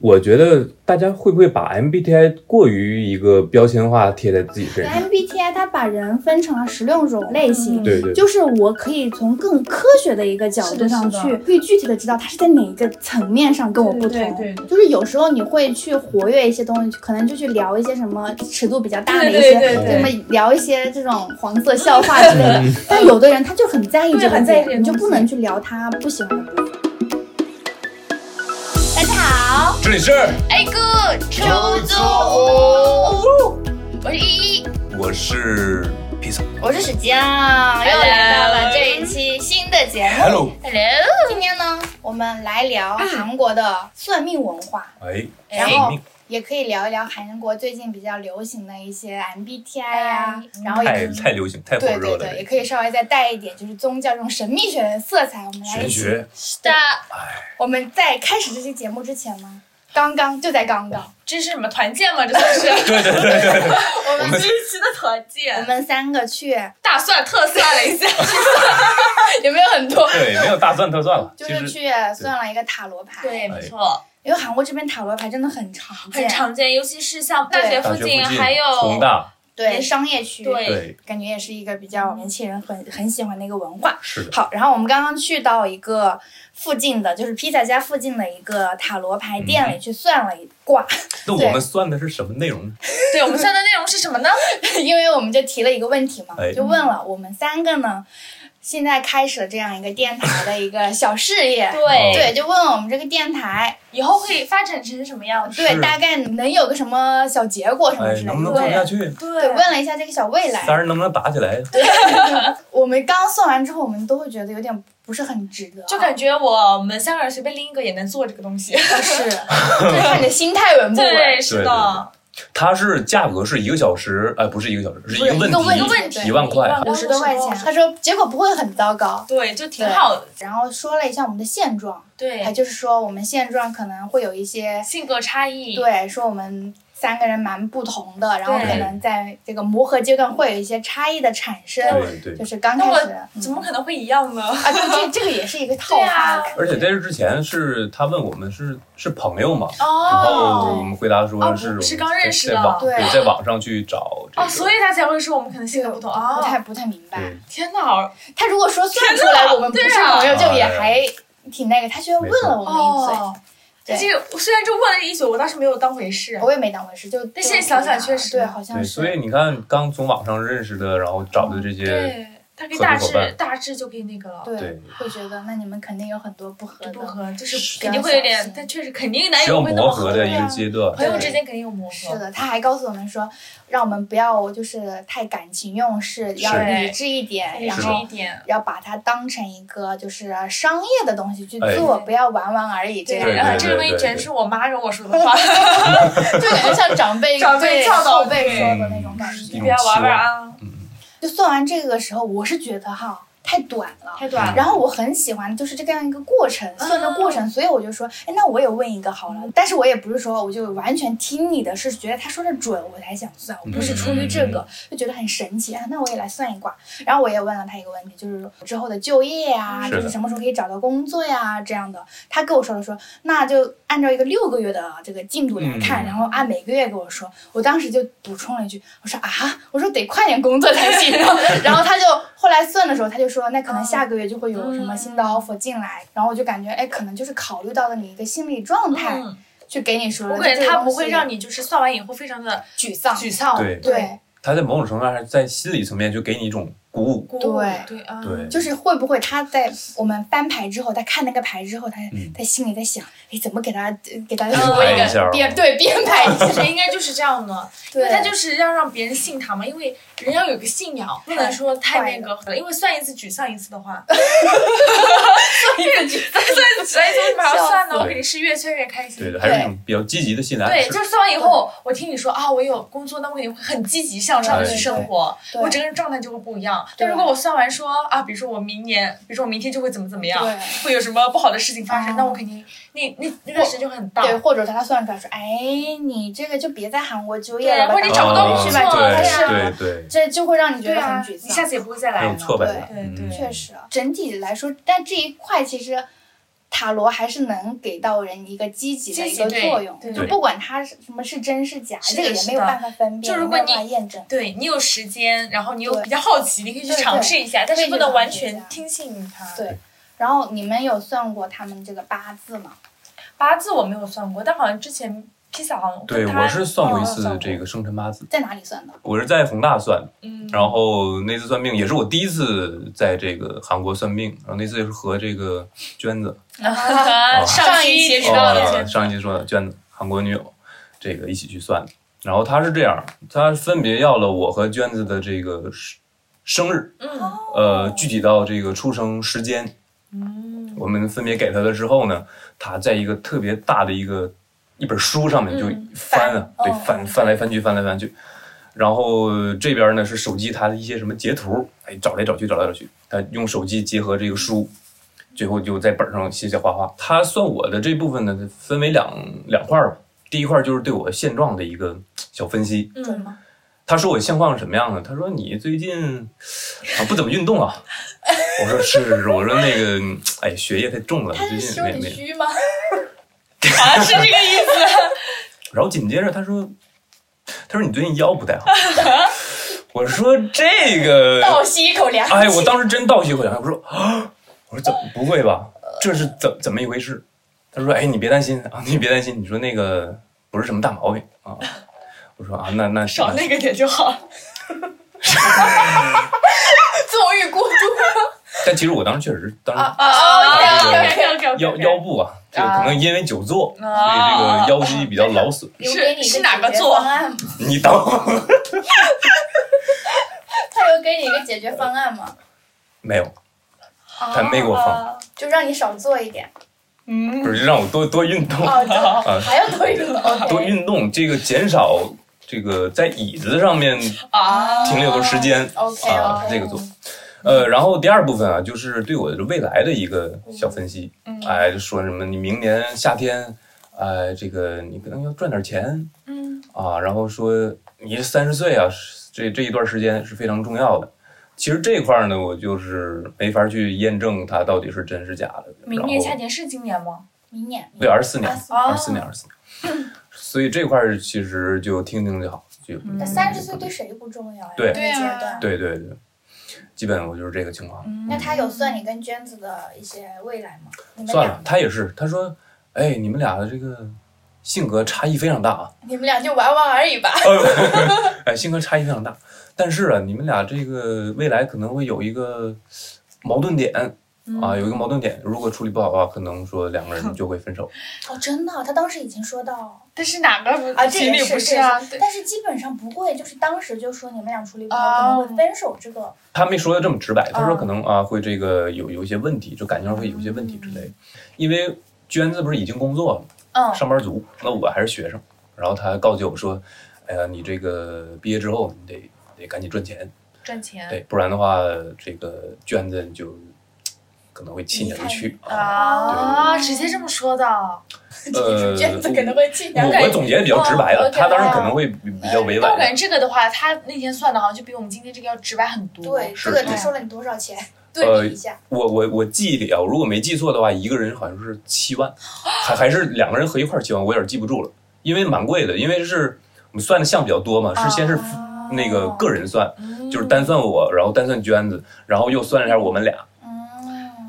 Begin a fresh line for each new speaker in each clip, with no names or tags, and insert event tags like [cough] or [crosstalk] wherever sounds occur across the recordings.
我觉得大家会不会把 MBTI 过于一个标签化贴在自己身
哎
上？
MBTI 它把人分成了十六种类型，
对对，
就是我可以从更科学的一个角度上
嗯是的
去
是，的
可以具体的知道它是在哪一个层面上跟我不同。
对对对
就是有时候你会去活跃一些东西，可能就去聊一些什么尺度比较大的一
对
些，
对对嗯
对
什么聊一些这种黄色笑话之类的。 [laughs] 但有的人他就很在意
对
这个
很在意这
点，
个
你就
东
不
西
能去聊他不喜欢的部分。大家好，
这里是
哎哥，出租屋，我是依依，
我是披萨
我是史江，又来到了这一期新的节
哎
目。
，Hello，
Hello，
今天呢，我们来聊韩国的算命文化，
哎，
然后也可以聊一聊韩国最近比较流行的一些 MBTI 呀、
哎嗯
然后也可
太
以
太流行，太火
对
热
对
了
对，，也可以稍微再带一点就是宗教这种神秘学的色彩，我们来
玄
一起。
学，
是的，
我们在开始这期节目之前呢，刚刚就在刚
[laughs]
刚，
这是什么团建吗？这算是 [laughs]
对对对对对，
我们这一期的团
我
建，
们三个 [laughs] 去
大蒜特蒜了一下，有没有很多？
对，没有大算特算了，
就
其
是
实
去算了一个塔罗牌，
对，没错，
因为韩国这边塔罗牌真的很常见，
很常见，尤其是像大学
大
附
学附
近
近
还有
宏大，
对商业区，
对
对，
感觉也是一个比较年轻人很很喜欢的一个文化。
是的，
好，然后我们刚刚去到一个附近的，就是披萨家附近的一个塔罗牌店里去算了一卦， [laughs]
那
对
我们算的是什么内容呢？
对我们算的内容是什么呢？，
因为我们就提了一个问题嘛
哎，
就问了我们三个呢，现在开始了这样一个电台的一个小事业
哦
对，
对，就问我们这个电台，
以后会发展成什么样子？
对，
是
大概能有个什么小结果什么
哎
之，类
能不能
的。
看
对
下去？
对，
对
问了一下这个小未来，
三人能不能打起来？
我们刚算完之后，我们都会觉得有点不是很值得啊，
就感觉我们三个人随便拎一个也能做这个东
[laughs]
西。
是，就是看你的心态稳不稳。
对，是的，
它是价格是一个小时，哎，不是一个小时，是一个
不是
问
一个
题，
问题
一万块啊，
五十多块钱，他说结果不会很糟糕，
对，就挺好的。
然后说了一下我们的现状，他
对，
就是说我们现状可能会有一些，
性格差异，
对，说我们三个人蛮不同的，然后
对
可能在这个磨合阶段会有一些差异的产生，
对对
就。是刚
那
开
我
始嗯
怎么可能会一样
[laughs]
呢？
啊，对，这这个也是一个套话，
对啊
而且在这之前是他问我们是是朋友嘛，然后我
哦
们回答说
哦
是我
不
们
是刚认识的
在在网
对
对在网上去找这个，
哦，所以他才会说我们可能
这
性
个
格不同
不太
哦。
不太明白。
对
天哪，
他如果说算出
天
来
哪
我们不是
对啊
朋友，就也
哎
还挺那个，他居然问了我们一嘴，
哦，
对
这个我虽然就问了一嘴，我当时没有当回事。
我也没当回事，就
但现在想想确实
对，好像
对，
是。
所以你看刚从网上认识的，然后找的这些，
对，大概
合
大
作伙
致
伴
大致就可以那个了。
对
对，会觉得那你们肯定有很多不合
就
的。
不合，就是是肯定会有
小
点
心，
但确实肯定难
需要
有哎会那
磨
么
合
合
的一
对
个
啊
阶段，
朋友之
对
间肯定有磨合。
是的，他还告诉我们说，让我们不要就是太感情用事，要理智一点，
理
然
智
后
哎一点。
要把它当成一个就是商业的东西去
哎
做，不要玩玩而已。这
对
样
对，然后
对
这个东西
对
全
对
是我妈跟我
[laughs]
说的话，
就感觉像长辈
[laughs] 长辈
对
教导
后辈
对
说的那种感
嗯
觉
不。要玩玩啊，
就算完这个的时候，我是觉得哈太短了。
太短了。嗯
然后我很喜欢就是这样一个过程，算的过程，所以我就说，哎，那我也问一个好了。但是我也不是说我就完全听你的，是觉得他说的准我才想算，我不
嗯
是出于这个，就觉得很神奇啊。那我也来算一卦。然后我也问了他一个问题，就是之后的就业呀、
是的
就是什么时候可以找到工作呀、这样的。他跟我说了说，那就按照一个六个月的这个进度来看，
嗯
然后按每个月给我说。我当时就补充了一句，我说啊，我说得快点工作才行。啊 [laughs] 然后他就后来算的时候，他就说那可能下个月就会有什么新
嗯
的 offer 进来。然后我就感觉哎，可能就是考虑到了你一个心理状态，
嗯，
去给你说了。
我感觉他不会让
你
你就是算完以后非常的
沮丧。
沮丧，
对
对，
他在某种程度上还是在心理层面就给你一种鼓舞，
鼓舞
对
对啊，
对，
就是会不会他在我们翻牌之后，他看那个牌之后，他
嗯
他心里在想，哎，怎么给他给他
安
说
排
一
一下
个
哦
编对编排一
其
下，
实应该就是这样的， [laughs] 因为他就是要让别人信他嘛，因为人要有一个信仰，不能说太那个了，因为算一次沮丧一次
[laughs]
的话，算一次沮丧一次为什么还要算
笑
呢？
死
我肯定是越算越开心。
对的，还是一种比较积极的心态，
对，
是
就是算完以后，我听你说啊，我有工作，那我肯定会很积极向上的去生活，
对对
我整个人状态就会不一样。
对
但如果我算完说啊，比如说我明年，比如说我明天就会怎么怎么样
对，
会有什么不好的事情发生，
嗯
那我肯定那那那段时间就很大。
对，或者他算出来说，哎，你这个就别在韩国就业
对
了吧，
或者你
找
找
不到工
不到工
去
作
吧，
对
太适
啊
合
对
了，
对对，
这就会让你觉
对
得很
啊，
沮
你下
丧。啊
次也不会再来
很
了。
有挫败
对
感，
对对
嗯
确实，整体来说，但这一块其实塔罗还是能给到人一个积极的
积
一
极
个
对
作用
对，
就不管它是什么是真是假，
是
这个
的
也
是
没有
的
办法分辨，
就如果
没有办
你
法验证。
对你有时间，然后你又
对
比较好奇，你可以去
对对
尝试一下，但
可以去
是不能
尝
完
试一下
全听信于它。
对然后你们有算过他们这个八字吗？
八字我没有算过，但好像之前披萨好像
对，
跟他
我是算过一
哦算
次
过
这个生辰八字，
在哪里算的？
我是在宏大算，
嗯，
然后那次算命也是我第一次在这个韩国算命，然后那次是和这个娟子，
啊 [laughs] 上一期
知道了
哦上一期说的娟子韩国女友，这个一起去算的。然后她是这样，她分别要了我和娟子的这个生生日，
哦
嗯
呃，具体到这个出生时间，
嗯
我们分别给她了之后呢，她在一个特别大的一个一本书上面就
嗯
翻啊，
翻
对
哦，
翻翻来翻去，翻来翻去。然后这边呢是手机它的一些什么截图，哎，找来找去，找来找去，她用手机结合这个书，最后就在本上写写画画。她算我的这部分呢，分为两两块儿吧。第一块儿就是对我现状的一个小分析，
准
嗯，
吗？
他说我现况是什么样的？他说你最近啊不怎么运动
[laughs]
啊。我说是是是，我说那个嗯哎学业太重了，
他
最
是
近
修
没
理
没。
虚吗？啊，是这个意
[laughs]
思。
然后紧接着他说，他说你最近腰不
[laughs]
太好。我说这个，
倒吸一口凉气。 [laughs]
哎，我当时真倒吸一口凉气，我说 [gasps] 啊，我说怎么不会吧？这是怎怎么一回事？他说哎你别担心 [laughs] 啊，你别担心，你说那个不是什么大毛病啊。我说啊那那是
少那个点就好 [laughs] 了。纵欲过度
但其实我当时确实当时
哦
啊！
对对
，OK OK OK，
腰腰部啊，这个可能因为久坐，所
啊
以这个腰肌比较劳损。
有给你一
是是哪
个
个
解决
座
方案吗？
你等会儿
他有给你一个解决方案吗？
没有，他没给我放，
就让你少做一点，
嗯，
不是让我多多运动
哦
[laughs] 啊，
还要多
[laughs]
运动。
多运动，这个减少这个在椅子上面
啊，
停留的时间
OK 哦
啊，
OK，
这个做。呃，然后第二部分啊，就是对我的未来的一个小分析，
嗯
哎，就说什么你明年夏天，哎，这个你可能要赚点钱，
嗯
啊，然后说你三十岁啊，是这这一段时间是非常重要的。其实这一块儿呢，我就是没法去验证它到底是真是假的。
明年夏天是今年吗？
明年啊
对，二十四年，
哦
二十四年，二十四年。所以这块儿其实就听听就好，就、
嗯
三十岁对谁不重要呀？
对
这个阶段。
对对对，基本我就是这个情况。
嗯
那他有算你跟娟子的一些未来吗？你们
算
俩，
了，他也是，他说，哎，你们俩的这个性格差异非常大啊，
你们俩就玩玩而已吧。
[laughs] 哎，性格差异非常大。但是啊，你们俩这个未来可能会有一个矛盾点，
嗯
啊，有一个矛盾点，如果处理不好的话，可能说两个人就会分手。
哦，真的，他当时已经说到，
但是哪个
啊这
情
也
侣
是
不
这
是
也
啊？对
但是基本上不会，就是当时就说你们俩处理不好，
哦
可能会分手。这个
他没说的这么直白，他说
啊
可能啊会这个有有一些问题，就感情上会有一些问题之类的。因为娟子不是已经工作了，
嗯
上班族，那我还是学生，然后他告诫我说，哎呀，你这个毕业之后你得得赶紧赚钱，
赚钱
对，不然的话这个娟子就可能会弃你而去啊。
啊，直接这么说的。
呃，
娟子可能
我
会气两
感
我
觉
我总结得比较直白
哦
了，
，OK，
他当时可能会比比较委
但我
婉
感觉。这个的话，他那天算的好像就比我们今天这个要直白很多。
对，
是
这个
的
他收了你多少钱？
呃
对比一下，
我我我记忆里啊，我如果没记错的话，一个人好像是七万，还还是两个人合一块儿七万，我有点记不住了，因为蛮贵的，因为是我们算的项比较多嘛，是先
哦
是
啊
那个个人算，
嗯
就是单算我，然后单算娟子，然后又算了一下我们俩，
嗯，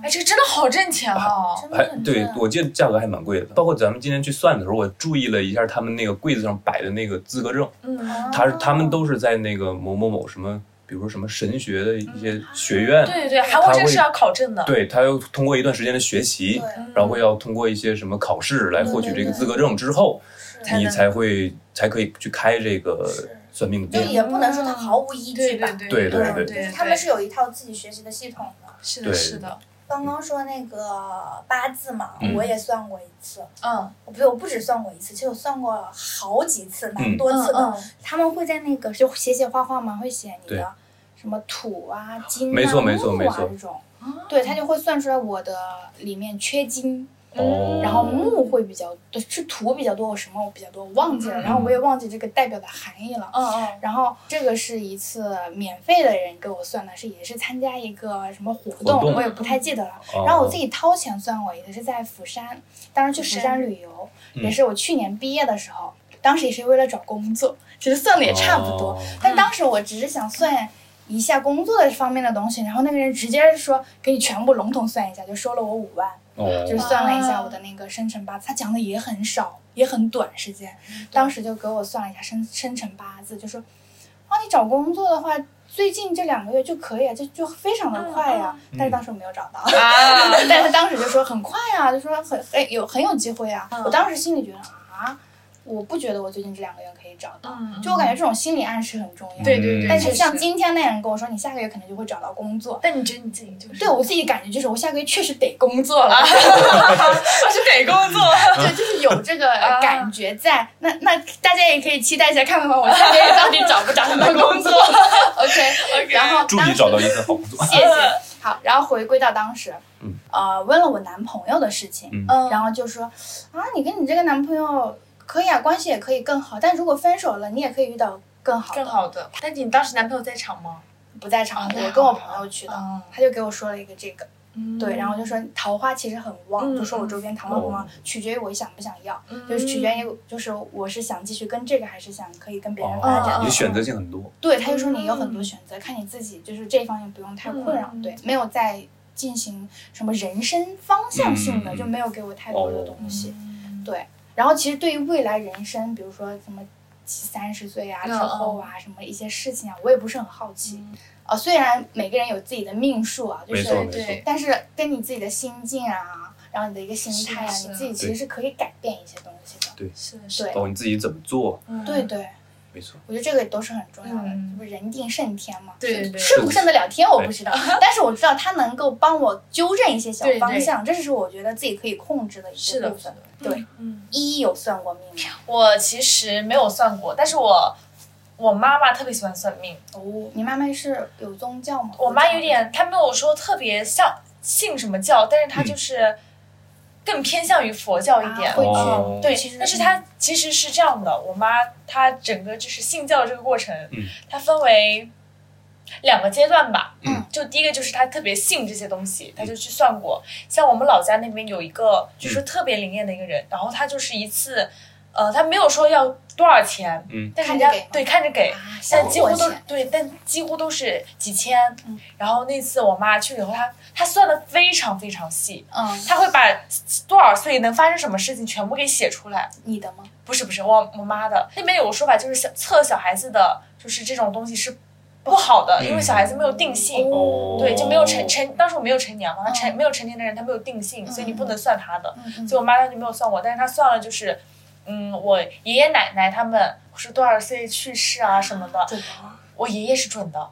哎，这个真的好挣钱哦！
真的
呃还
很
对
赚啊
我记得价格还蛮贵的，包括咱们今天去算的时候，我注意了一下他们那个柜子上摆的那个资格证，
嗯，
他
哦
他们都是在那个某某某什么，比如说什么神学的一些学院，
嗯
对对对，韩国这个是要考证的。
对他又通过一段时间的学习，
对，
嗯
然后要通过一些什么考试来获取这个资格证之后，
是
对对
你
对
才会才可以去开这个
是
算命的
就
店。
也不能说他毫无依据
对
吧
对。
对对
嗯
对
就是他们是有一套自己学习的系统的。
是
对
的，是的，
刚刚说那个八字嘛，
嗯
我也算过一次，
嗯
我不，我不止算过一次，其实我算过好几次，蛮
嗯
多
嗯
次的。
嗯，
他们会在那个就写写画画嘛，会写你
对
的什么土啊、金啊、
没错没错
木
没
啊
错
这种，对他就会算出来我的里面缺金
嗯
哦，
然后木会比较对，是土比较多，我什么我比较多，我忘
嗯
记了，然后我也忘记这个代表的含义了。
嗯嗯，
然后这个是一次免费的人给我算的，是也是参加一个什么活动，
活动
我也不太记得了。
哦
然后我自己掏钱算过，也是在釜山，当时去釜山旅游，
嗯
也是我去年毕业的时候，当时也是为了找工作，其实算的也差不多，
哦
但当时我只是想算。一下工作的方面的东西，然后那个人直接说给你全部笼统算一下，就收了我五万，
哦，
就是算了一下我的那个生辰八字，他讲的也很少，也很短时间，
嗯
当时就给我算了一下生生辰八字，就说，啊，你找工作的话，最近这两个月就可以啊，就就非常的快呀、
嗯
但是当时我没有找到，
啊，
[laughs] 但是当时就说很快啊，就说很很有很有机会啊。
嗯
我当时心里觉得啊，我不觉得我最近这两个月可以找到，
嗯
就我感觉这种心理暗示很重要。
对对对，
但是
嗯确实
像，今天那样跟我说，你下个月可能就会找到工作。
但你觉得你自己就是 [laughs]
对我自己感觉就是，我下个月确实得工作
啊
了，
是得工 [laughs] 作，
对， [laughs] 就是有这个
啊
感觉在。那那大家也可以期待一下，看看我下个月哎到底找不找到工作。OK，, 然后
祝
当
你
时
哦找到一份好工作。
谢谢。
[laughs]
好，然后回归到当时，
嗯
呃，问了我男朋友的事情，
嗯
嗯
然后就说啊，你跟你这个男朋友可以啊，关系也可以更好，但如果分手了，你也可以遇到更好的。
更好哦的。但你当时男朋友在场吗？
不在场，
那
我
好
跟我朋友去的，
嗯
他就给我说了一个这个，
嗯
对，然后就说桃花其实很旺，
嗯
就说我周边桃花很旺
哦，
取决于我想不想要，
嗯
就是取决于就是我是想继续跟这个，还是想可以 [laughs] 跟别人发展。
哦，你选择性很多，
对，他就说你有很多选择，看你自己，就是这方面不用太困扰
嗯，
对，没有在进行什么人生方向性的，
嗯哦
就没有给我太多的东西。
嗯
对然后其实对于未来人生，比如说什么三十岁啊之
嗯
后啊，什么一些事情啊，我也不是很好奇。啊，虽然每个人有自己的命数啊，就
没错
是
没错
对。
但是跟你自己的心境啊，然后你的一个心态啊，
是
你
的
自己其实是可以改变一些东西的。
是的，
对
哦包括你自己怎么做，
嗯
对对，
没错。
我觉得这个都是很重要的，什
嗯
么人定胜天嘛。
对对对
顺不顺得了天我不知道， [laughs] 但是我知道它能够帮我纠正一些小
对对
方向，这是我觉得自己可以控制的一
是
些
的
部分。
是的
对，
嗯，
一有算过命吗？
我其实没有算过，但是我我妈妈特别喜欢算命，
哦，你妈妈是有宗教吗？
我妈有点，她没有说特别像信什么教，但是她就是更偏向于佛教一点。
啊会去
哦
对
其实，
但是她其实是这样的，我妈她整个就是信教的这个过程，
嗯
她分为两个阶段吧。
嗯，
就第一个就是她特别信这些东西，她就去算过。像我们老家那边有一个
嗯
据说特别灵验的一个人，然后他就是一次，呃，他没有说要多少钱，
嗯
但是人
看着
家
给吗
对看着给，
啊，
但几乎都
是
对，但几乎都是几千。
嗯
然后那次我妈去了以后，她她算的非常非常细，
嗯，
[laughs] 她会把多少岁能发生什么事情全部给写出来。
你的吗？
不是不是，我我妈的那边有个说法，就是小测小孩子的，就是这种东西是不好的，
嗯
因为小孩子没有定性，
哦
对，就没有成成，当时我没有成年嘛，他成
嗯
没有成年的人他没有定性，所以你不能算他的。
嗯嗯
所以我妈当时没有算我，但是她算了就是，嗯，我爷爷奶奶他们是多少岁去世啊什么的，
对吧？
我爷爷是准的。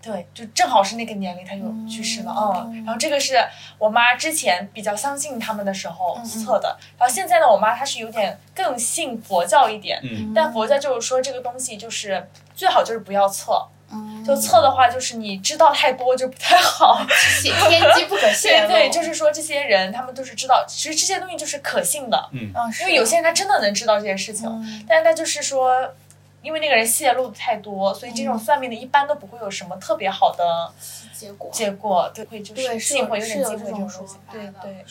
对，就正好是那个年龄，他就去世了，嗯。然后这个是我妈之前比较相信他们的时候
嗯嗯
测的，然后现在呢，我妈她是有点更信佛教一点，
嗯
[laughs] 但佛教就是说这个东西就是最好就是不要测，
嗯，
就测的话就是你知道太多就不太好。
泄天机不可泄露，
对 [laughs] 对，就是说这些人他们都是知道，其实这些东西就是可信的，
嗯，
因为有些人他真的能知道这件事情，
嗯
但是他就是说，因为那个人泄露的太多，所以这
嗯
种算命的一般都不会有什么特别好的
结果
结果，对，会就
对
是
是
忌
有
讳，有
是
点
有
忌
这
讳
种
种
说
东西
法。
对
的
对，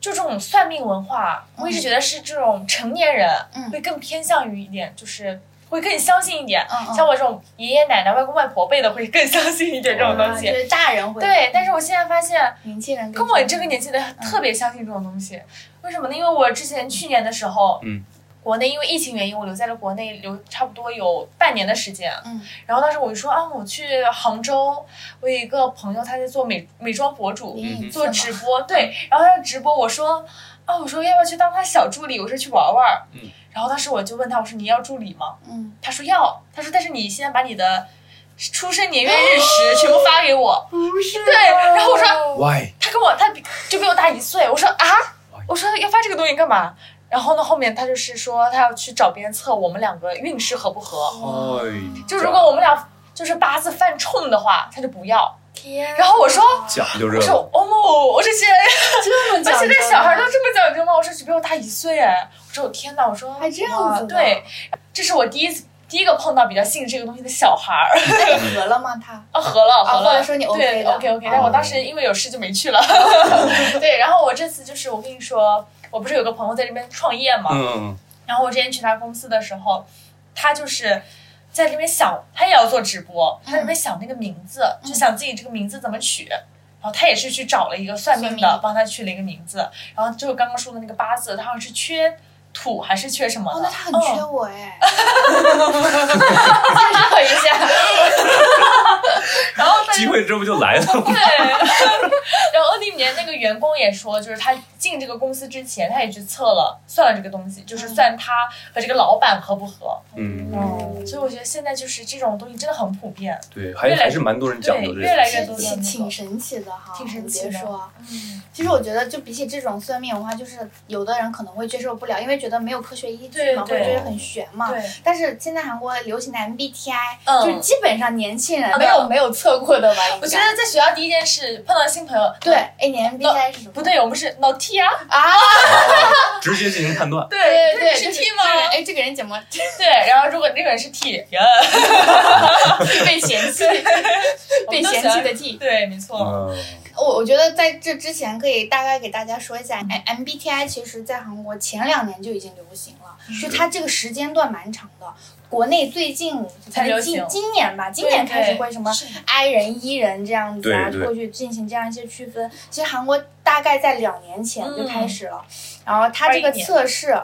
就这种算命文化，我一直觉得是这种成年人
嗯
会更偏向于一点，就是会更相信一点。
嗯嗯
像我这种爷爷奶奶、外公外婆辈的会更相信一点这种东
啊
西
就。是大人会
对，但是我现在发现。
年轻人
跟我这个年纪的特别相信这种东西，为什么呢？因为我之前去年的时候，
嗯，
国内因为疫情原因，我留在了国内留差不多有半年的时间，
嗯，
然后当时我就说啊，我去杭州，我有一个朋友他在做美美妆博主，
灵
嗯
异
做直播，对，然后他直播，我说啊，我说要不要去当他小助理？我说去玩玩，
嗯，
然后当时我就问他，我说你要助理吗？
嗯，
他说要，他说但是你现在把你的出生年月日时全部发给我，
不是
对，然后我说。
，why？
他跟我他比就比我大一岁，我说啊
哎
哇，
我说要发这个东西干嘛？然后呢，后面他就是说他要去找别人测我们两个运势合不合，
哎，
啊
就如果我们俩就是八字犯冲的话，他就不要。
天
然后我说，
讲究这个，
我说哦，我这些，
这么
而
啊讲
且
究，啊
这小孩都这么讲究吗？我说只比我大一岁哎，我说我天哪，我说
还这样
哇
子呢
对，这是我第一次第一个碰到比较信这个东西的小孩儿。
那哎你合了吗？他
啊，合了，
啊
合了。
后来说你 OK
对
的啊
OK OK，但我当时因为有事就没去
[laughs]
了。 [laughs] 对，然后我这次就是我跟你说，我不是有个朋友在这边创业嘛，
嗯，
然后我之前去他公司的时候，他就是。在这边想，他也要做直播，他在
嗯
这边想那个名字，就想自己这个名字怎么取。然后他也是去找了一个算命
算
的
命，
帮他取了一个名字。然后就是刚刚说的那个八字，他好像是缺土还是缺什么的？
哦，那他很缺
[laughs] 嗯
我哎，
等一下，
[laughs] 然后但是
机会这不就来了
[laughs]
吗？
对， [laughs] 然后里面那个员工也说，就是他进这个公司之前，他也去测了算了这个东西，就是算他和这个老板合不合。
嗯，
嗯，所以我觉得现在就是这种东西真的很普遍。
对，还
越来
还是蛮多人讲究这
对越来
个。
越多
挺挺神奇的哈，
挺神
你
奇
别
的
说，
嗯，
其实我觉得，就比起这种算命文化，就是有的人可能会接受不了，因为觉得没有科学依据嘛，
对
会
对
觉得很玄嘛。
对，
但是现在韩国流行的 MBTI，、
嗯
啊就是基本上年轻人
嗯
没有没有测过的吧？应该
我觉得在学校第一件事碰到新朋友，
对，，哎，你 MBTI 是什么？
不对，我们是老 T 啊，
啊，
直接进行判断，
对
对对，
是
就是
T
这个人
吗？
哎，这个人怎么
对，然后如果那个人是 T，呀 [laughs]
被嫌弃？ [laughs] 被嫌弃的 T。
对，没错，
嗯，
我我觉得在这之前可以大概给大家说一下哎，MBTI 其实在韩国前两年就已经流行了，
嗯
就它这个时间段蛮长的。国内最近
才流
今
行
今年吧，今年开始会什么
是
I 人、E 人这样子啊，
对对
会去进行这样一些区分。其实韩国大概在两年前就开始了，然后它这个
21年
测试，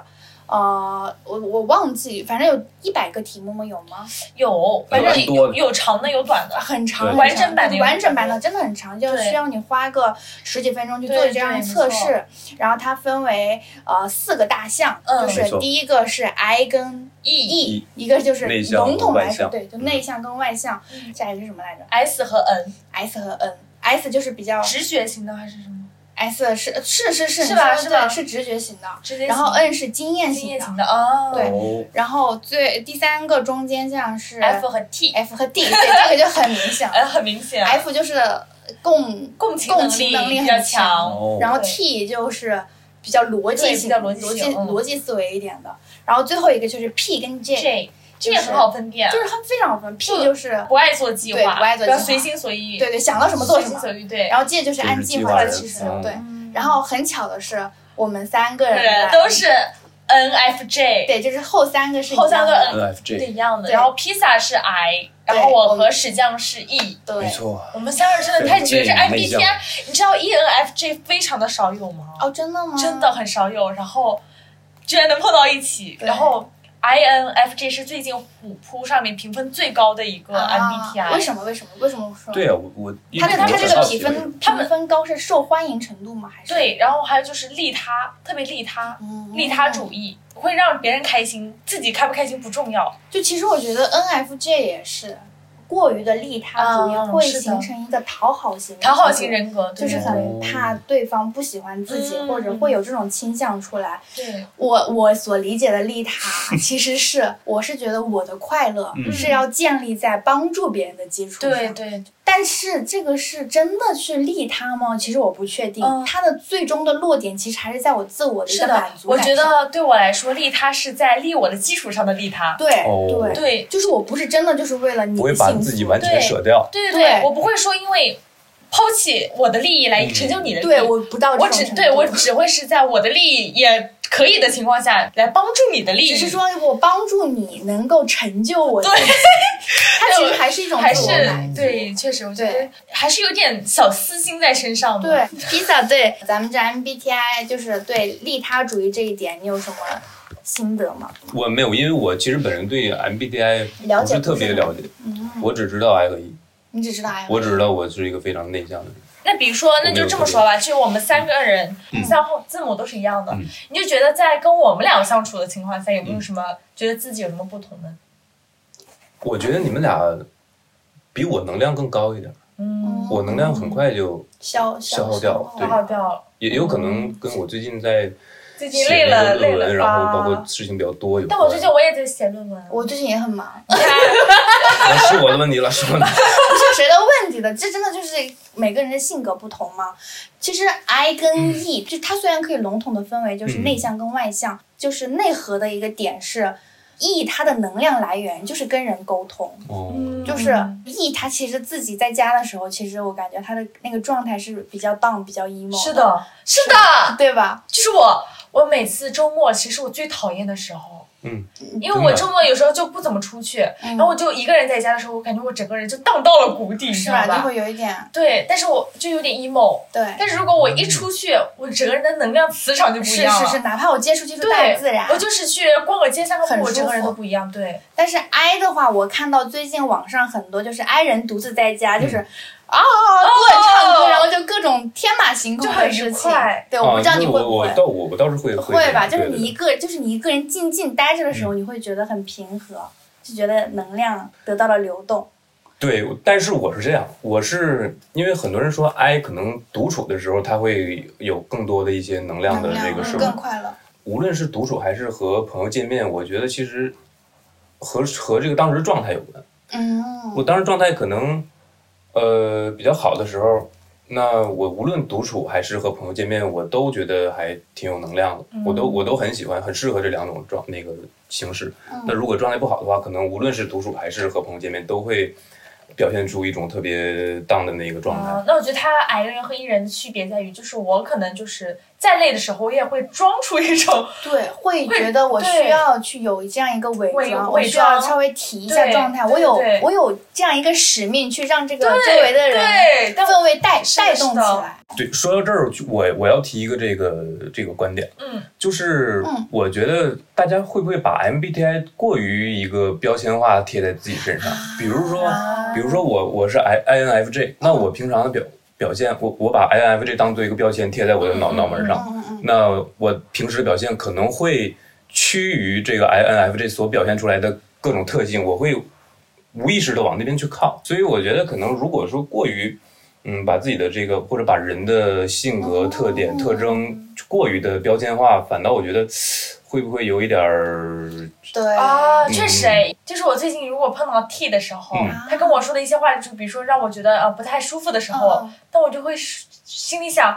呃，我我忘记，反正有一百个题目吗？有吗？
有，反
蛮
正
多的
有有长的有短的
啊，很长，
对
很
完整
长
版
对
那种
完整版
感觉
的真的很长，就
对
需要你花个十几分钟去做
对
这样的
对
测
没错
试。然后它分为呃四个大项，
嗯
就
没
是
错
第一个是 I 跟
E
E，一个就是
内向
笼统
和外
来说，
向
对，就
嗯
内向跟外向。下一个是什么来着
S 和 N，
？S 和 N。S 就是比较
直觉型的还是什么？
S 是呃是是是
是吧
你说
是
的对
吧
是直觉型的，
直觉型的
然后 N 是经验
经
型
验
的
型，的哦，
对
哦，
然后最第三个中间项是
，F 和 E T，
F 和 D，对，这个就很明显了。
呃，很明显
F 就是共
共情
共
力
情能力
比较
很强
强，
哦，
然后
对
T 就是比较逻辑性、
对比较
逻
逻
辑
辑
逻
性嗯
辑思维一点的。然后最后一个就是 P 跟 J，,
J，这
就
个
是
很好分辨，
就是他们非常好分。P
就
就是
不爱做计划，
对不爱做计划
要随心所欲，
对对，想到什么做什
随心
么。
所欲，对。
然后 J 就是
就是
按
计
计
划
划
人
其实
嗯
对。然后很巧的是，我们三个人
对，
吧
都是 N F J，
对，就是后三个是
后三个
一样的
N
NFJ
对一样的。
对
然后披萨是 I，
对
然后
我
我
们
和史酱是 E。
对
没。错，
我们三个人真的太绝，这
对
M
内
B T
向
I，你知道 E N F J 非常的少有吗？
哦，真的吗？
真的很少有，然后居然能碰到一起，
对
然后 I N F J 是最近虎扑上面评分最高的一个
啊
MBTI，、
为什么？为什么？为什么说？
对啊，我我因
他
为
的
我
他这
很
个
好奇
评分
他们
评分高是受欢迎程度吗？还是？
对，然后还有就是利他，特别利他，
嗯
利他主义会让别人开心，自己开不开心不重要。
就其实我觉得 NFJ 也是过于的利他主义，
嗯
会
是的
形成一个讨好型人格
讨好型，人格
嗯就是
对
很怕对方不喜欢自己，
嗯
或者会有这种倾向出来。
对
我我所理解的利
[laughs]
他，其实是我是觉得我的快乐
嗯
是要建立在帮助别人的基础上。
对对，
但是这个是真的去利他吗？其实我不确定，
嗯
他的最终的落点其实还是在我自我的一
是
个
的
满，足
我
感上。
觉得对我来说，利他是在利我的基础上的利他。
对、
哦
对，
对
就是我不是真的就是为了你
不
的
会把自己完全
对
舍掉，
对
对
我不会说因为抛弃我的利益来成就你的利益，
对我不到这
我
种
只
程
对
度
我只会是在我的利益也可以的情况下来帮助你的利益，
只是说我帮助你能够成就我自己，它其实还是一种
还
自
是
我满足。
对，确实我觉
对
得还是有点小私心在身上的。 [laughs]
对，披萨对咱们这 MBTI 就是对利他主义这一点，你有什么心得吗？
我没有，因为我其实本人对 MBTI
了
不
解
是
不
特别
是
了解，我只知道 I 和 E，
你只知道 I，
我只知道我是一个非常内向的人。
那比如说，那就这么说吧，就我们三个人，三号字母都是一样的，
嗯
你就觉得在跟我们俩相处的情况下，有没有什么、觉得自己有什么不同呢？
我觉得你们俩比我能量更高一点，
嗯，
哦
我能量很快就
消哦
消耗掉
耗
对
消耗掉了，
也有可能跟我最近在最
你累了累
论文，
了
然后包
啊
括事情比较多，有
但我
关
最近我也在写论文，
我最近也很忙，
啊是我的问题了，是我的问题。
不是谁的问题的，这真的就是每个人的性格不同嘛。其实 I
嗯
跟 E，、就它虽然可以笼统的分为就是
嗯
内向跟外向，就是内核的一个点是 E 它的能量来源就是跟人沟通，
哦，
就是
嗯
E 他其实自己在家的时候，其实我感觉他的那个状态是比较 down、比较 emo，
是，的，是的，
对吧？
就是我，我每次周末其实我最讨厌的时候，
嗯，
因为我周末有时候就不怎么出去，
嗯
然后我就一个人在家的时候，我感觉我整个人就荡到了谷底，你知
是
道
吧？就
吧？
会有一点
对，但是我就有点 emo，
对。
但是如果我一出去，我整个人的能量磁场就不一
是
样了。
是是，哪怕我接触接触
对
大自然，
我就是去逛个街散个
很
步，我
舒
整个人
服
都不一样。对，
但是 I 的话，我看到最近网上很多就是 I 人独自在
嗯
家，就是啊乱唱歌，然后就各种天马行空
哦就很
的
愉
事情
快。
对，
啊
我不知道你
那
会
我
不
我
会。
倒我我倒是会
会吧，就是
对
你一个，就是你一个人静静待着的时候，你会觉得很平和，就觉得能量得到了流动。
对，但是我是这样，我是因为很多人说 I 可能独处的时候，他会有更多的一些能量的这个
嗯
摄入，
更快乐。
无论是独处还是和朋友见面，我觉得其实和和这个当时状态有关。
嗯
我当时状态可能呃比较好的时候，那我无论独处还是和朋友见面，我都觉得还挺有能量的，我都我都很喜欢，很适合这两种状那个形式。那如果状态不好的话，可能无论是独处还是和朋友见面，都会表现出一种特别 down 的那个状态。
啊，那我觉得他矮人和艺人的区别在于，就是我可能就是再累的时候，我也会装出一种
对，会觉得我需
对
要去有这样一个伪
伪
装，我
伪
需要
装
稍微提一下
对
状态，
对
我有
对
我有这样一个使命去让这个
对
周围的人
对，但
氛
我
围带
是的
带动起
是的
来。
对，说到这儿，我我要提一个这个这个观点。
嗯，
就是
嗯
我觉得大家会不会把 MBTI 过于一个标签化贴在自己身上？比如
啊
说，比如说我我是 I INFJ，那我平常的表表现，我我把 INFJ 当做一个标签贴在我的脑
嗯嗯
脑门上，
嗯嗯
那我平时的表现可能会趋于这个 INFJ 所表现出来的各种特性，我会无意识的往那边去靠。所以我觉得，可能如果说过于嗯，把自己的这个或者把人的性格特点、
哦
特征过于的标签化，反倒我觉得嘶会不会有一点儿
对
啊，确实哎，就是我最近如果碰到 T 的时候，
嗯
啊
他跟我说的一些话，就比如说让我觉得呃不太舒服的时候，
嗯
但我就会心里想，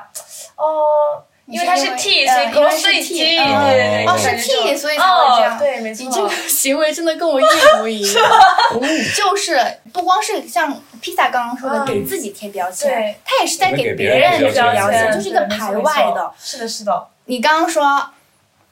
哦、因为他是 T，
你
所
是因为
以格罗
嗯
碎
因为
机，
是 T，
对
嗯
对对，
哦
就是
是 T，所以才会
哦
这样
对，没错，
你这个行为真的跟我一模一样，
[laughs]
就是不光是像披萨刚刚说的
嗯
给自己贴标签
对，
他也是在给
给别
别
人
人
贴
贴标
标
签，
签
就是一个
对没错
排
没
外
错
的。
是的，是的，
你刚刚说，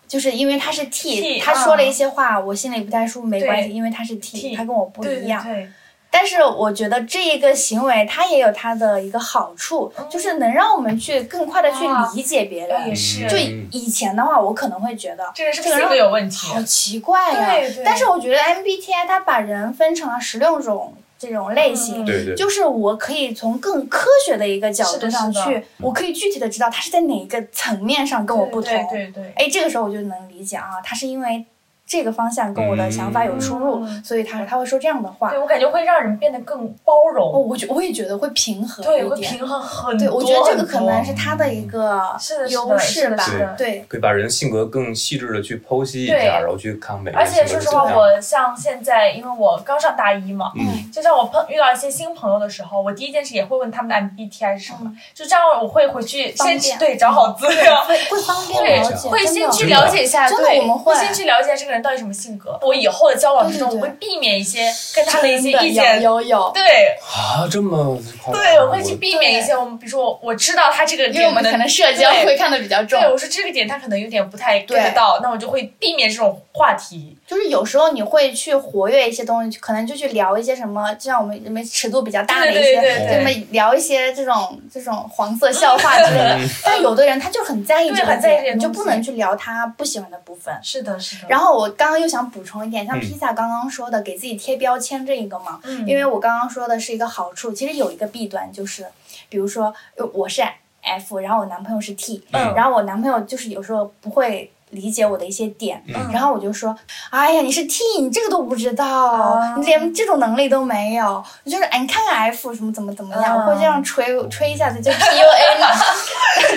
就是因为他是 T，
T，
他说了一些话，我心里不太舒服，没关系，
对
因为他是 T，
T，
他跟我不
对
一
对
样。
对，
但是我觉得这一个行为，它也有它的一个好处，就是能让我们去更快的去
啊
理解别
也
人。
是，
就
嗯
以前的话，我可能会觉得
这个人是
这个人
性格有问题，
好奇怪呀、
对对
但是我觉得 MBTI 它把人分成了十六种这种类型。
嗯
对对
就是我可以从更科学的一个角度上
是的是
去，我可以具体的知道它是在哪一个层面上跟我不同。
对对对，
哎，这个时候我就能理解啊，他是因为这个方向跟我的想法有出入，
嗯
所以他他会说这样的话
对。我感觉会让人变得更包
哦，
容，
我觉我也觉得会平衡
对，
一
会
点。
平衡很多。
对，我觉得这个
很
可
多
能是他的一个
是的，是的
优势
是的
吧
是。的
对，
可以把人性格更细致的去剖析一
对
下，然后去看每个
而
人性
且
格
说
是
实
怎
话，
么
嗯
样。
我像现在，因为我刚上大一嘛，
嗯
就像我碰遇到一些新朋友的时候，我第一件事也会问他们的 MBTI 是什么，就这样我会回去
嗯方
先
便
对找好资料。
会会方便
对
了解，，
会
真
先
的
去了解一下，
真的
对，
我们会
先去了解这个人到底什么性格。我以后的交往之中，
对对
我
对
会避免一些跟他的一些
真的
意见，
有有有，
对
啊，这么夸张
对，
啊
我会
我
去避免一些。我们比如说，我知道他这个
因为我
点
们可能社交
对
会看得比较重
对，。我说这个点他可能有点不太 get 得到，那我就会避免这种话题。
就是有时候你会去活跃一些东西，可能就去聊一些什么，就像我们我们尺度比较大的一些，
对对对
对
就什么聊一些这种这种黄色笑话之类的。 [laughs] 但有的人他就很在意这
对
个
很在意这
点
些
你就
东
不
西嗯
能去聊他不喜欢的部分。
是的，是的。
然后我刚刚又想补充一点，像
嗯
披萨刚刚说的，给自己贴标签这一个嘛，
嗯
因为我刚刚说的是一个好处，其实有一个弊端，就是比如说呃我是 F，然后我男朋友是 T，、
嗯
然后我男朋友就是有时候不会理解我的一些点，
嗯
然后我就说，哎呀，你是 T，你这个都不知道，
啊
你连这种能力都没有，就是哎，你看看 F 什么怎么怎么样，[laughs]
啊 [laughs]
我会这样吹吹一下子就 PUA 嘛，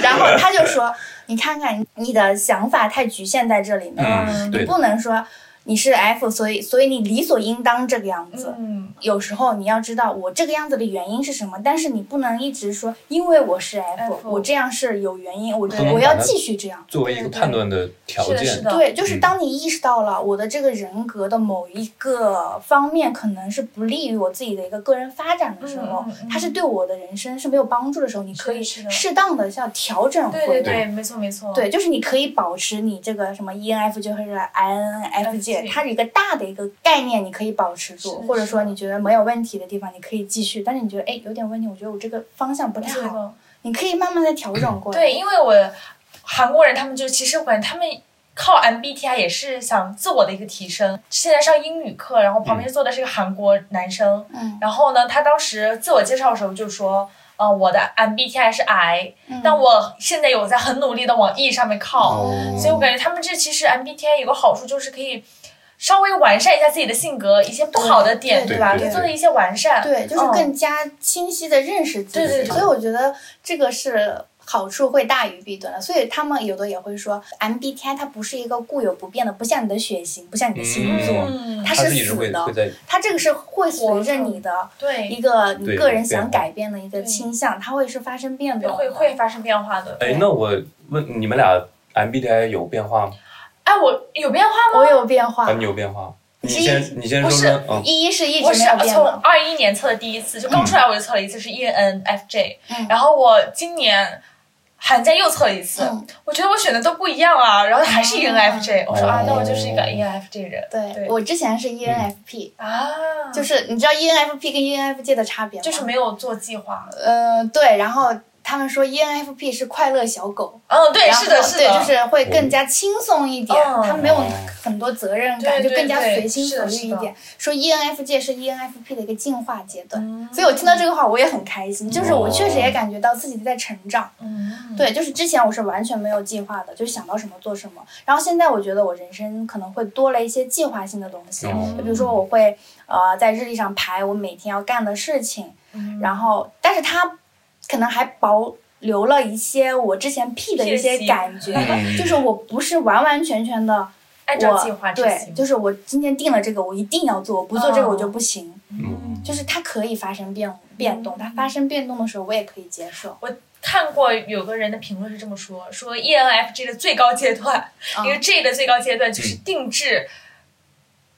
然后他就说。你看看你的想法太局限在这里面了，
嗯，对
你，不能说你是 F，所以所以你理所应当这个样子。
嗯，
有时候你要知道我这个样子的原因是什么，但是你不能一直说因为我是 F，,
F
我这样是有原因，我
不能
我
把
要
它
继续这样。
作为一个判断的条
是的，
件，
是的，
对，就是
嗯
当你意识到了我的这个人格的某一个方面可能是不利于我自己的一个个人发展的时候，
嗯嗯嗯
它是对我的人生是没有帮助的时候，你可以
是的
适当的要调整回来。
对对对，没错没错，
对，就是你可以保持你这个什么 E ENFJ 或者 INFJ，
INFJ
它是一个大的一个概念，你可以保持
是
住，
的
或者说
是的
你觉得没有问题的地方，你可以继续。但是你觉得哎有点问题，我觉得我这个方向不太
这
好，
个
你可以慢慢的调整过来。
对，因为我韩国人他们就其实我感觉他们。靠 MBTI 啊也是想自我的一个提升。现在上英语课，然后旁边坐的是个韩国男生，
嗯
然后呢，他当时自我介绍的时候就说，呃，我的 MBTI 是 I，、
嗯，
但我现在有在很努力的往 E 上面靠，
哦
所以我感觉他们这其实 MBTI 有个好处就是可以稍微完善一下自己的性格，一些不好的点，
对
吧？
对
可以
对
做一些完善。
对，就是
嗯
更加清晰的认识自己。
对对对
所以我觉得这个是。好处会大于弊端的，所以他们有的也会说，MBTI 它不是一个固有不变的，不像你的血型，不像你的星座，
嗯，
它
它是一直
死
会
的
会，在
它这个是会随着
活着
你的
对，
一个你
对
个人想
变化
改变的一个
对
倾向，它会是发生变动的，
会会发生变化的。
哎，那我问你们俩 MBTI 有变化吗？
哎，我有变化吗？
我有变化
啊，。你有变化吗？你
是
先，你先说
不是
说啊。
一是一
我
直
是
没有变
从
的，
二一年测的第一次，就刚出来我就测了一次是 ENFJ，、
嗯
然后我今年寒假又测了一次，
嗯
我觉得我选的都不一样啊，然后还是 ENFJ，、我说啊
哦，
那我就是一个 ENFJ 人
对
对
我之前是
嗯
E ENFP，
啊，
就是你知道 E ENFP 跟 ENFJ 的差别吗？
就是没有做计划，
呃，对，然后他们说 E ENFP 是快乐小狗，
嗯，对，
然后
是的，是
对，
的，
就是会
哦
更加轻松一点，
嗯
他没有很多责任感，
对对
就更加
对
随心所欲
是
一
的是
点
的。
说 E ENFJ 是 ENFP 的一个进化阶段，
嗯
所以我听到这个话我也很开心，就是我确实也
哦
感觉到自己在成长。
嗯，
对，就是之前我是完全没有计划的，就是想到什么做什么。然后现在我觉得我人生可能会多了一些计划性的东西，
哦
就比如说我会呃在日历上排我每天要干的事情，
嗯
然后但是它可能还保留了一些我之前 P 的一些
窃喜
感觉，
嗯
就是我不是完完全全的
按照计划
我
执
对
行，，
就是我今天定了这个我一定要做，我不做这个我就
哦
不行，
嗯
就是它可以发生变变
嗯
动，它发生变动的时候我也可以接受。
看过有个人的评论是这么说：说 ENFJ 的最高阶段，
嗯
一个 J 的最高阶段
嗯
就是定制，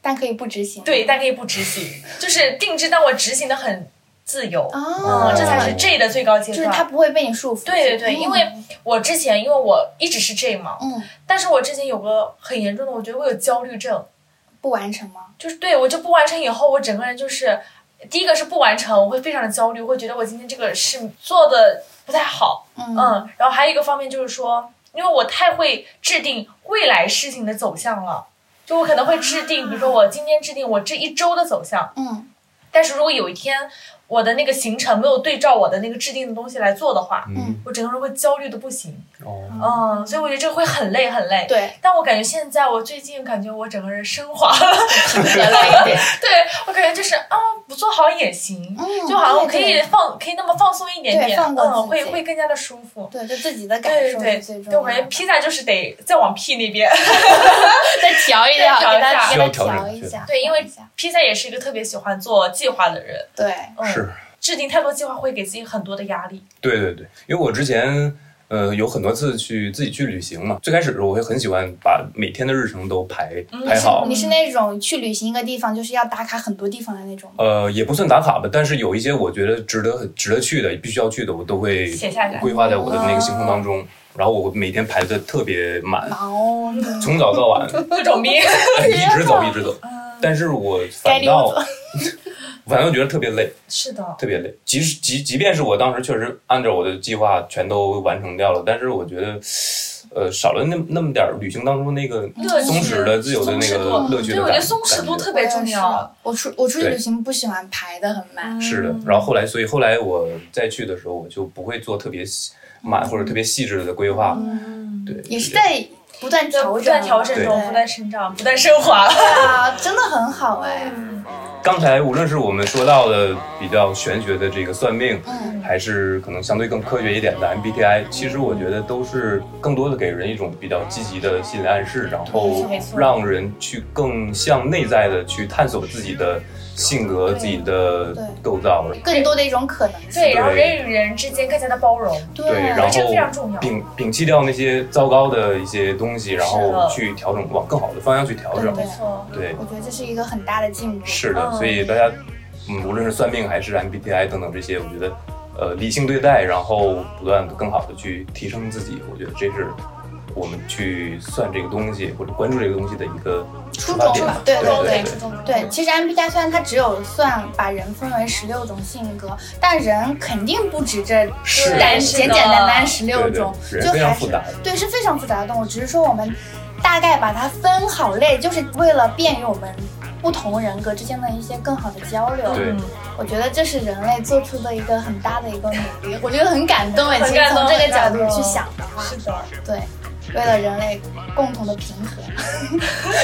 但可以不执行，
对，但可以不执行，就是定制，但我执行的很自由，
哦，
这才是 J 的最高阶
就是
段。
它不会被你束缚。
对对对，
嗯
因为我之前因为我一直是 J 嘛，
嗯
但是我之前有个很严重的，我觉得我有焦虑症，
不完成吗？
就是对我就不完成以后，我整个人就是第一个是不完成，我会非常的焦虑，会觉得我今天这个事做的不太好，
嗯
嗯，然后还有一个方面就是说，因为我太会制定未来事情的走向了，就我可能会制定，比如说我今天制定我这一周的走向，
嗯
但是如果有一天我的那个行程没有对照我的那个制定的东西来做的话，
嗯
我整个人会焦虑的不行，
哦，
嗯，所以我觉得这个会很累很累。
对，
但我感觉现在，我最近感觉我整个人升华了，
得了一点，
[laughs] 对我感觉就是啊，不做好也行，
嗯
就好像我可
对
以
对
放，可以那么放松一点
对
点，
放过自
嗯，会
己
会更加的舒服。
对，就自己的感
对
受
对
是最重
对，
要
我感觉
的。
披萨就是得再往 P 那边。 [laughs]
再调一调，
再调
给
一下
他
给
需要调
它
整
调
对
一下，
对因为
调一下
披萨也是一个特别喜欢做计划的人，
对，
嗯、
是，
制定太多计划会给自己很多的压力。
对对对，因为我之前呃有很多次去自己去旅行嘛，最开始的时候我会很喜欢把每天的日程都排
嗯
排好，
你是那种去旅行一个地方就是要打卡很多地方的那种吗，
呃，也不算打卡吧，但是有一些我觉得值得值得去的，必须要去的，我都会
写下来哦
规划在我的那个行程当中，然后我每天排的特别满，
毛呢，
从早到
[laughs]
晚，
各种兵，
哎一直走一直走，
嗯
但是我
该
反
溜
倒
走。
反倒觉得特别累，
是的，
特别累。即使即即便是我当时确实按照我的计划全都完成掉了，但是我觉得，呃，少了那那么点儿旅行当中那个
乐趣
松弛的、自由的那
松
个
弛度
乐趣
对，
的
我觉
感
得松弛度
感觉
特别重要。
我出我出去
对
旅行不喜欢排的很满，
是的
嗯，
然后后来，所以后来我再去的时候，我就不会做特别细满或者特别细致的规划。
嗯，
啊对，
也是在不断
在
调
不
整
断
嘛，
调整
对
中，不断成长，不断升华。
对啊，真的很好哎。
嗯
刚才无论是我们说到的比较玄学的这个算命，
嗯
还是可能相对更科学一点的 MBTI，其实我觉得都是更多的给人一种比较积极的心理暗示，然后
没错
让人去更向内在的去探索自己的性格、
对
自己的
对
构造。
更多的一种可能性。
对，然后人与人之间更加的包容，
对
对，然
这个非常
后
重要
摒摒弃掉那些糟糕的一些东西，然
是
后
的
去调整，往更好的方向去调整。
没错，
对，
我觉得这是一个很大的进步。
是的，
嗯
所以大家，嗯，无论是算命还是 MBTI 等等这些，我觉得，呃，理性对待，然后不断地更好的去提升自己，我觉得这是我们去算这个东西或者关注这个东西的一个
初
出发
衷
点
吧，。对
对
对。
初衷
对，其实 MBTI 虽然它只有算把人分为十六种性格，但人肯定不止这
是
简
的
简简单单十六
对对
种，
人
就
非常
还
复
是
杂
对是非常复杂的动物。只是说我们大概把它分好类，就是为了便于我们不同人格之间的一些更好的交流。
对
嗯
我觉得这是人类做出的一个很大的一个努力，我觉得很感动哎。
很
其实
感
从
动
这个
很
角
感
度
动
去想的话，
是的，
对，为了人类共同的平和，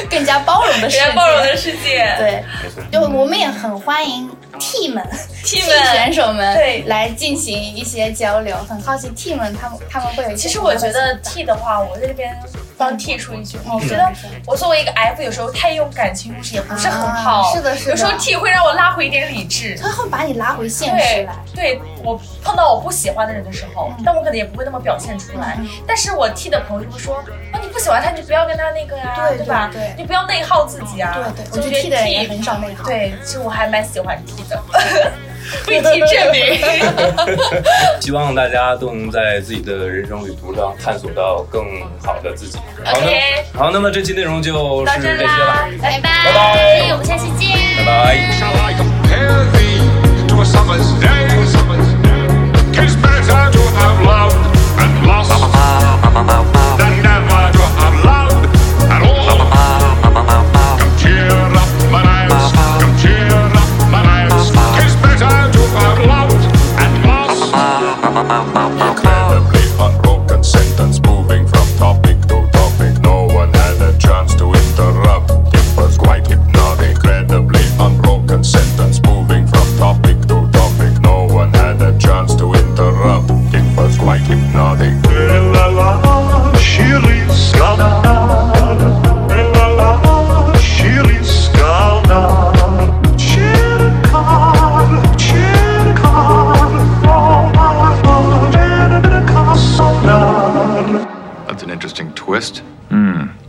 更加包容的世
人
界
家，包容的世界，
对，
没错。
就我们也很欢迎 T 们、
T
T 选
们。
手们
对
来进行一些交流。很好奇 T 们他们他们会有一些
其
什
实
么
我
样的
觉
想法，
得 T 的话，我在这边帮 T 说一句，
嗯
我觉得我作为一个 F，有时候太用感情故事也不是很好，
啊是的是的
有时候 T 会让我拉回一点理智。
他会把你拉回现实
对
来。嗯
对，我碰到我不喜欢的人的时候，但我可能也不会那么表现出来。但是我 T 的朋友就会说，啊，你不喜欢他，你就不要跟他那个呀、
对对
吧？
对
你不要内耗自己啊。
对对，我
就
觉得 T 的人也很少内耗。
对，其实我还蛮喜欢 T
[laughs]
的，为 T 证明。
希望大家都能在自己的人生旅途上探索到更好的自己。好的
OK，
好，那么这期内容就是
到
这
这
些
啦
了，，
拜
拜
拜，我们下期见，
拜拜。
Shall I compare thee to a summer's day? Tis better to have loved and lost than never to have loved at all. Come cheer up, my lads. Come cheer up, my lads. Tis better to have loved and lost. You cleverly unbroken sentence moving from topic to topic. No one had a chance to interrupt. It was quite hypnotic. Incredibly unbroken sentence moving from topic to topic. No one had a chance to interrupt. It was quite hypnotic. La la la, La la,
That's an interesting twist. Hmm.